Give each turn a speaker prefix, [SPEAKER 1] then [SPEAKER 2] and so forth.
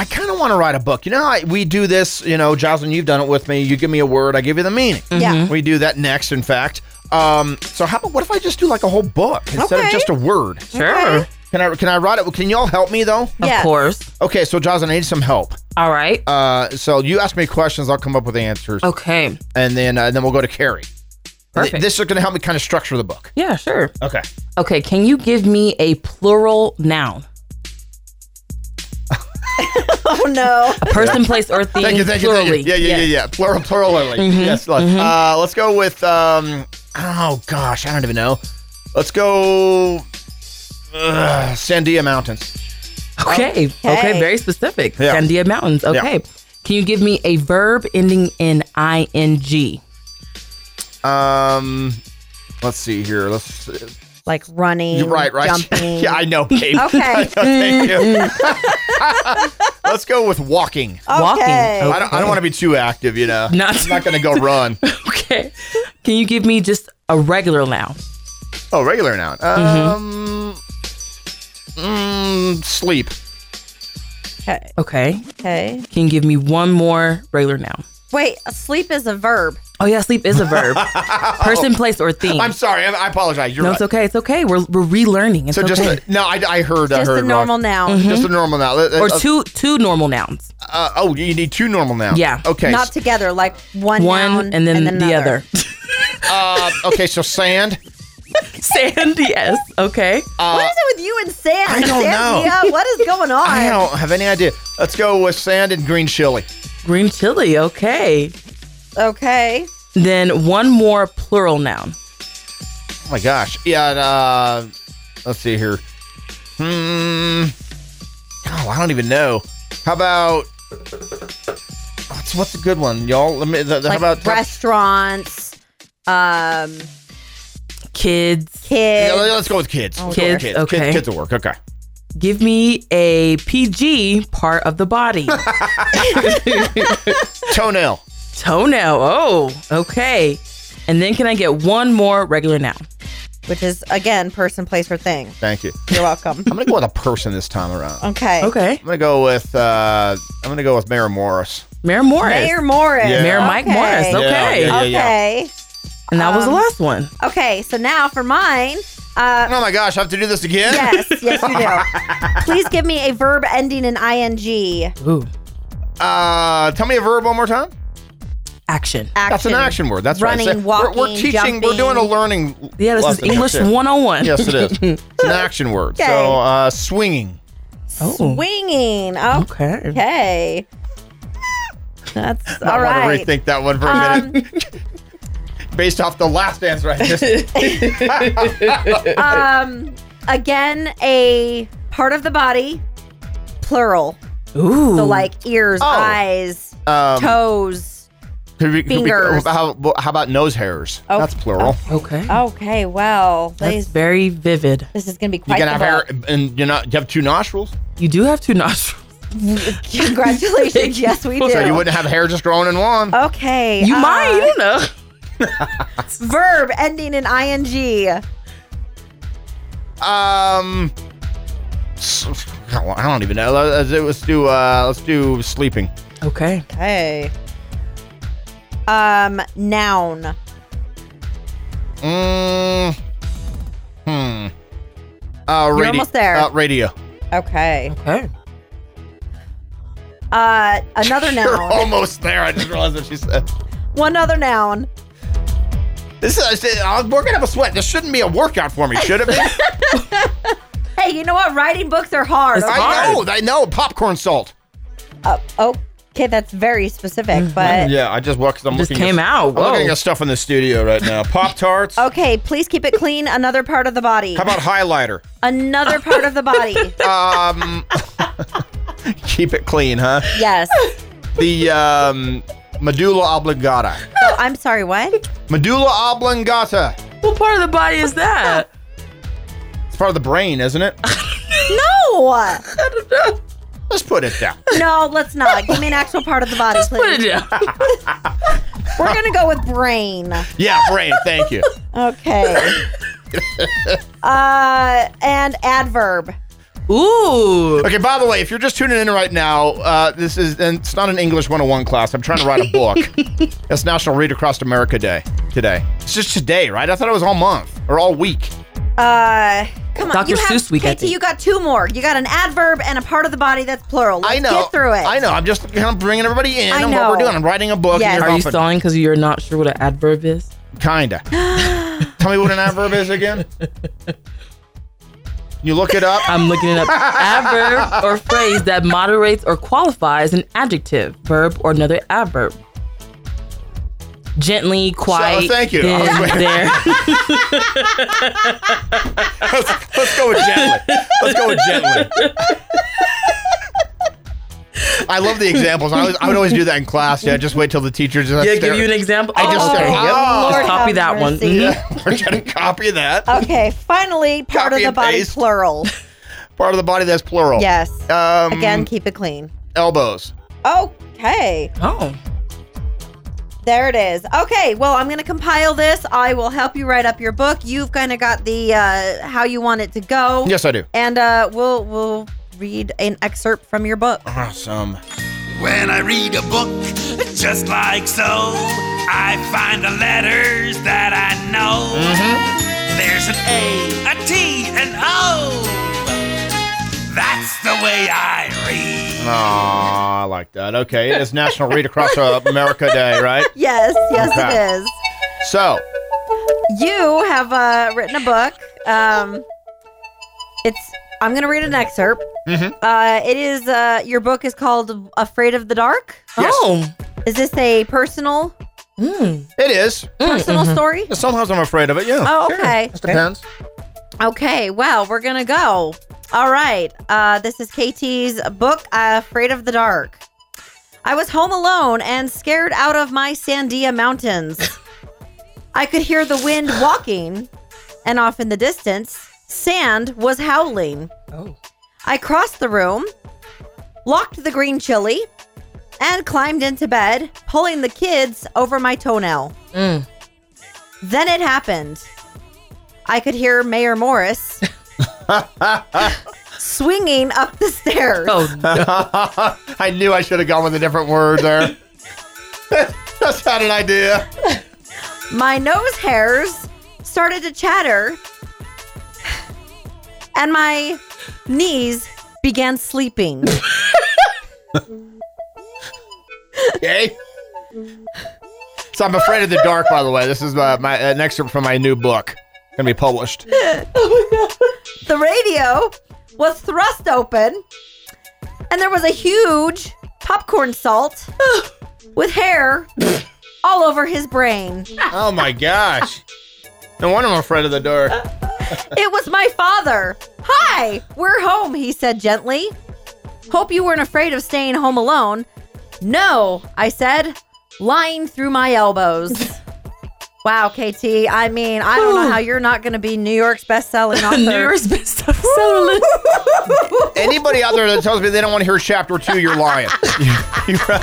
[SPEAKER 1] want to write a book. You know, how I, we do this. You know, Jocelyn, you've done it with me. You give me a word, I give you the meaning.
[SPEAKER 2] Yeah.
[SPEAKER 1] We do that next. In fact, um, so how about what if I just do like a whole book instead of
[SPEAKER 2] Okay.
[SPEAKER 1] just a word?
[SPEAKER 2] Okay.
[SPEAKER 3] Sure.
[SPEAKER 1] Can I can I write it? Can y'all help me though?
[SPEAKER 2] Yes.
[SPEAKER 3] Of course.
[SPEAKER 1] Okay, so Jocelyn, I need some help.
[SPEAKER 3] All right.
[SPEAKER 1] Uh, so you ask me questions, I'll come up with answers,
[SPEAKER 3] okay.
[SPEAKER 1] and then uh, then we'll go to Carrie. Th-
[SPEAKER 3] Perfect.
[SPEAKER 1] this is going to help me kind of structure the book.
[SPEAKER 3] yeah, sure.
[SPEAKER 1] Okay.
[SPEAKER 3] Okay. Can you give me a plural noun?
[SPEAKER 2] Oh no.
[SPEAKER 3] A person, place, or thing.
[SPEAKER 1] Thank you, thank you, thank you.
[SPEAKER 3] plurally.
[SPEAKER 1] Yeah, yeah, yeah,
[SPEAKER 3] Yes.
[SPEAKER 1] yeah. Plural, plurally. Yes. Look. Uh, let's go with. Um, oh gosh, I don't even know. Let's go. Uh, Sandia Mountains.
[SPEAKER 3] Okay. okay.
[SPEAKER 2] Okay.
[SPEAKER 3] Very specific.
[SPEAKER 1] Yeah.
[SPEAKER 3] Sandia Mountains. Okay. Can you give me a verb ending in ing?
[SPEAKER 1] Um, let's see here. Let's.
[SPEAKER 2] Like running.
[SPEAKER 1] You're right, right.
[SPEAKER 2] Jumping.
[SPEAKER 1] yeah, I know. Babe.
[SPEAKER 2] Okay.
[SPEAKER 1] thank you. let's go with walking.
[SPEAKER 3] Walking.
[SPEAKER 2] Okay.
[SPEAKER 1] I don't. I don't want to be too active. You know.
[SPEAKER 3] Not-
[SPEAKER 1] I'm not going to go run.
[SPEAKER 3] Okay. Can you give me just a regular noun?
[SPEAKER 1] Oh, regular noun. Um. mm, sleep.
[SPEAKER 2] Okay.
[SPEAKER 3] Okay.
[SPEAKER 2] Okay.
[SPEAKER 3] Can you give me one more regular noun?
[SPEAKER 2] Wait, sleep is a verb.
[SPEAKER 3] Oh yeah, sleep is a verb. Person, place, or thing.
[SPEAKER 1] I'm sorry. I, I apologize. You're
[SPEAKER 3] no,
[SPEAKER 1] right.
[SPEAKER 3] it's okay. It's okay. We're, we're relearning. It's
[SPEAKER 1] So just
[SPEAKER 3] okay.
[SPEAKER 1] a, Mm-hmm. no, I, I heard I
[SPEAKER 2] Just
[SPEAKER 1] heard
[SPEAKER 2] a
[SPEAKER 1] wrong.
[SPEAKER 2] normal noun.
[SPEAKER 1] just a normal noun. Let- let-
[SPEAKER 3] or
[SPEAKER 1] uh,
[SPEAKER 3] two two normal nouns.
[SPEAKER 1] uh, oh, you need two normal nouns.
[SPEAKER 3] Yeah.
[SPEAKER 1] Okay.
[SPEAKER 2] Not together, like one,
[SPEAKER 3] One
[SPEAKER 2] noun
[SPEAKER 3] and then, the
[SPEAKER 2] another.
[SPEAKER 3] other.
[SPEAKER 1] uh, okay. So sand. uh,
[SPEAKER 3] Sand, yes. Okay.
[SPEAKER 2] what is it with you and sand?
[SPEAKER 1] I don't know.
[SPEAKER 2] Yeah, what is going on?
[SPEAKER 1] I don't have any idea. Let's go with sand and green chili. Oh
[SPEAKER 3] Green chili, okay.
[SPEAKER 2] Okay.
[SPEAKER 3] Then one more plural noun.
[SPEAKER 1] Oh my gosh. Yeah. and, Uh, let's see here. Hmm. Oh, I don't even know. How about? What's, what's a good one, y'all? Let me. th- th-
[SPEAKER 2] Like
[SPEAKER 1] how about?
[SPEAKER 2] restaurants, um,
[SPEAKER 3] Kids.
[SPEAKER 1] yeah,
[SPEAKER 2] kids.
[SPEAKER 1] let- let's go with kids.
[SPEAKER 2] Oh,
[SPEAKER 1] Let's go with
[SPEAKER 3] Kids, okay.
[SPEAKER 1] Kids, kids will work. Okay.
[SPEAKER 3] Give me a PG part of the body.
[SPEAKER 1] Toenail.
[SPEAKER 3] Toenail. Oh, okay. And then can I get one more regular noun?
[SPEAKER 2] which is again person, place, or thing.
[SPEAKER 1] Thank you.
[SPEAKER 2] You're welcome.
[SPEAKER 1] I'm gonna go with a person this time around.
[SPEAKER 2] Okay.
[SPEAKER 3] Okay.
[SPEAKER 1] I'm gonna go with uh, I'm gonna go with Mayor Morris.
[SPEAKER 3] Mayor Morris.
[SPEAKER 2] Mayor Morris.
[SPEAKER 1] Yeah.
[SPEAKER 3] Mayor Mike
[SPEAKER 2] Okay.
[SPEAKER 3] Morris.
[SPEAKER 2] Yeah,
[SPEAKER 3] Okay.
[SPEAKER 1] yeah, yeah.
[SPEAKER 2] Okay.
[SPEAKER 3] And that was the
[SPEAKER 2] Um,
[SPEAKER 3] last one.
[SPEAKER 2] Okay. So now for mine. Uh,
[SPEAKER 1] Oh my gosh, I have to do this again.
[SPEAKER 2] yes. Yes, you do. Please give me a verb ending in ing.
[SPEAKER 3] Ooh.
[SPEAKER 1] Uh, tell me a verb one more time.
[SPEAKER 3] Action.
[SPEAKER 2] Action.
[SPEAKER 1] That's an action word. That's right.
[SPEAKER 2] Running,
[SPEAKER 1] So we're- we're,
[SPEAKER 2] walking,
[SPEAKER 1] teaching. We're
[SPEAKER 2] jumping.
[SPEAKER 1] doing a learning.
[SPEAKER 3] Yeah, this is
[SPEAKER 1] lesson here,
[SPEAKER 3] English
[SPEAKER 1] too.
[SPEAKER 3] 101.
[SPEAKER 1] Yes, it is. It's an action word.
[SPEAKER 2] Okay.
[SPEAKER 1] So uh, swinging.
[SPEAKER 3] Oh.
[SPEAKER 2] Swinging. Oh,
[SPEAKER 3] Okay.
[SPEAKER 2] okay. That's all
[SPEAKER 1] I
[SPEAKER 2] right.
[SPEAKER 1] want to rethink that one for a
[SPEAKER 2] Um,
[SPEAKER 1] minute. Based off the last answer I just.
[SPEAKER 2] um, again, a part of the body, plural.
[SPEAKER 3] Ooh.
[SPEAKER 2] So like ears,
[SPEAKER 1] Oh.
[SPEAKER 2] eyes,
[SPEAKER 1] Um,
[SPEAKER 2] toes.
[SPEAKER 1] could we, could we-
[SPEAKER 2] fingers.
[SPEAKER 1] how, how about nose hairs?
[SPEAKER 2] Oh,
[SPEAKER 1] That's plural.
[SPEAKER 3] Okay.
[SPEAKER 2] Okay, well,
[SPEAKER 3] That's
[SPEAKER 2] these,
[SPEAKER 3] very vivid.
[SPEAKER 2] this is gonna be
[SPEAKER 1] You
[SPEAKER 2] quite.
[SPEAKER 1] can
[SPEAKER 2] the
[SPEAKER 1] have hair, and you know you have two nostrils,
[SPEAKER 3] You do have two nostrils.
[SPEAKER 2] book. Congratulations, yes, we do.
[SPEAKER 1] so you wouldn't have hair just growing in one.
[SPEAKER 2] okay,
[SPEAKER 3] You
[SPEAKER 2] uh,
[SPEAKER 3] might, you don't know.
[SPEAKER 2] verb ending in ing.
[SPEAKER 1] Um, s- I don't even know. Let's, let's do uh, let's do sleeping.
[SPEAKER 3] Okay.
[SPEAKER 2] Okay. Um, noun.
[SPEAKER 1] Mm, hmm. Uh,
[SPEAKER 2] You're
[SPEAKER 1] radi-
[SPEAKER 2] almost there.
[SPEAKER 1] Uh, radio.
[SPEAKER 2] Okay.
[SPEAKER 3] Okay.
[SPEAKER 2] Uh, another
[SPEAKER 1] You're
[SPEAKER 2] noun.
[SPEAKER 1] almost there. I just realized what she said.
[SPEAKER 2] One other noun.
[SPEAKER 1] This is. uh, I'm working up a sweat. This shouldn't be a workout for me, should it be?
[SPEAKER 2] Hey, you know what? Writing books are hard.
[SPEAKER 3] It's
[SPEAKER 2] okay?
[SPEAKER 1] I know. I know. Popcorn salt.
[SPEAKER 2] Uh, okay, that's very specific, but
[SPEAKER 1] Yeah, I just walked. I'm
[SPEAKER 3] Just
[SPEAKER 1] looking
[SPEAKER 3] came
[SPEAKER 1] at,
[SPEAKER 3] out.
[SPEAKER 1] I'm looking
[SPEAKER 3] Whoa.
[SPEAKER 1] at stuff in the studio right now. Pop tarts.
[SPEAKER 2] okay. Please keep it clean. Another part of the body.
[SPEAKER 1] How about highlighter?
[SPEAKER 2] Another part of the body.
[SPEAKER 1] Um, keep it clean, huh?
[SPEAKER 2] yes.
[SPEAKER 1] The um, medulla oblongata.
[SPEAKER 2] So, Oh, I'm sorry. What?
[SPEAKER 1] Medulla oblongata.
[SPEAKER 3] What part of the body is that?
[SPEAKER 1] It's part of the brain, isn't it?
[SPEAKER 2] No.
[SPEAKER 3] I don't know.
[SPEAKER 1] Let's put it down.
[SPEAKER 2] No, let's not. Give me an actual part of the body,
[SPEAKER 3] Put
[SPEAKER 2] please.
[SPEAKER 3] it down.
[SPEAKER 2] We're gonna go with brain.
[SPEAKER 1] Yeah, brain. Thank you.
[SPEAKER 2] Okay. uh, and adverb.
[SPEAKER 3] Ooh.
[SPEAKER 1] Okay, by the way, if you're just tuning in right now, uh, this is and it's not an English 101 class. I'm trying to write a book. That's National Read Across America Day today. It's just today, right? I thought it was all month or all week.
[SPEAKER 2] Uh, come on.
[SPEAKER 3] Dr.
[SPEAKER 2] You
[SPEAKER 3] Seuss
[SPEAKER 2] have,
[SPEAKER 3] week, I
[SPEAKER 2] KT,
[SPEAKER 3] think.
[SPEAKER 2] you got two more. You got an adverb and a part of the body that's plural. Let's
[SPEAKER 1] I know.
[SPEAKER 2] Get through it.
[SPEAKER 1] I know. I'm just kind of bringing everybody in
[SPEAKER 2] I
[SPEAKER 1] on what we're
[SPEAKER 2] know.
[SPEAKER 1] doing. I'm writing a book.
[SPEAKER 2] Yes.
[SPEAKER 1] and
[SPEAKER 3] Are
[SPEAKER 1] you're
[SPEAKER 3] you
[SPEAKER 1] bumping-
[SPEAKER 3] stalling because you're not sure what an adverb is?
[SPEAKER 1] Kinda. Tell me what an adverb is again. You look it up.
[SPEAKER 3] I'm looking it up. adverb or phrase that moderates or qualifies an adjective, verb, or another adverb. Gently, quiet.
[SPEAKER 1] uh, thank you.
[SPEAKER 3] then,
[SPEAKER 1] I was waiting.
[SPEAKER 3] there.
[SPEAKER 1] let's, let's go with gently. Let's go with gently. I love the examples. I, always, I would always do that in class. Yeah, just wait till the teachers.
[SPEAKER 3] Yeah, give you an example.
[SPEAKER 1] I just
[SPEAKER 3] okay.
[SPEAKER 1] started-
[SPEAKER 3] yep.
[SPEAKER 1] Oh,
[SPEAKER 3] just
[SPEAKER 2] Lord
[SPEAKER 3] copy
[SPEAKER 2] have
[SPEAKER 3] that one.
[SPEAKER 2] mercy.
[SPEAKER 3] Mhm.
[SPEAKER 1] We're gonna copy that
[SPEAKER 2] Okay, finally, part of
[SPEAKER 1] Copy
[SPEAKER 2] the
[SPEAKER 1] and
[SPEAKER 2] body
[SPEAKER 1] paste.
[SPEAKER 2] plural.
[SPEAKER 1] part of the body that's plural.
[SPEAKER 2] Yes.
[SPEAKER 1] Um,
[SPEAKER 2] Again, keep it clean.
[SPEAKER 1] elbows.
[SPEAKER 2] Okay,
[SPEAKER 3] Oh,
[SPEAKER 2] there it is. Okay, well, I'm going to compile this. I will help you write up your book. You've kind of got the uh, how you want it to go.
[SPEAKER 1] Yes, I do.
[SPEAKER 2] And uh, we'll we'll read an excerpt from your book.
[SPEAKER 1] Awesome.
[SPEAKER 4] When I read a book just like so, I find the letters that I know. There's an A, a T, an O. That's the way I read.
[SPEAKER 1] Aw, I like that. Okay, it is National Read Across uh, America Day, right?
[SPEAKER 2] Yes, yes,
[SPEAKER 1] Okay.
[SPEAKER 2] it is.
[SPEAKER 1] So,
[SPEAKER 2] you have uh, written a book. Um, it's I'm gonna read an excerpt.
[SPEAKER 1] Mhm.
[SPEAKER 2] Uh, it is uh, your book is called "Afraid of the Dark."
[SPEAKER 1] Yes.
[SPEAKER 3] oh,
[SPEAKER 2] Is this a personal
[SPEAKER 3] mm.
[SPEAKER 1] it is.
[SPEAKER 2] personal story?
[SPEAKER 1] Sometimes I'm afraid of it. Yeah.
[SPEAKER 2] Oh,
[SPEAKER 1] Sure.
[SPEAKER 2] okay.
[SPEAKER 1] Just depends.
[SPEAKER 2] Okay, well we're gonna go. All right. Uh, this is KT's book "Afraid of the Dark." I was home alone and scared out of my Sandia mountains. I could hear the wind walking, and off in the distance, sand was howling.
[SPEAKER 3] oh,
[SPEAKER 2] I crossed the room, locked the green chili, and climbed into bed, pulling the kids over my toenail.
[SPEAKER 3] Mm.
[SPEAKER 2] Then it happened. I could hear Mayor Morris swinging up the stairs.
[SPEAKER 3] oh,
[SPEAKER 1] I knew I should have gone with a different word there. Just had an idea.
[SPEAKER 2] My nose hairs started to chatter, and my knees began sleeping.
[SPEAKER 1] Okay. So I'm afraid of the dark. By the way, this is uh, my an excerpt from my new book, gonna be published.
[SPEAKER 2] the radio was thrust open, and there was a huge popcorn salt with hair all over his brain.
[SPEAKER 1] Oh my gosh! No wonder I'm afraid of the dark.
[SPEAKER 2] It was my father. Hi, we're home, he said gently. Hope you weren't afraid of staying home alone. No, I said, lying through my elbows. Wow, KT, I mean, I don't know how you're not going to be New York's best-selling author.
[SPEAKER 3] nearest best seller list.
[SPEAKER 1] Anybody out there that tells me they don't want to hear chapter two, you're lying. You- you-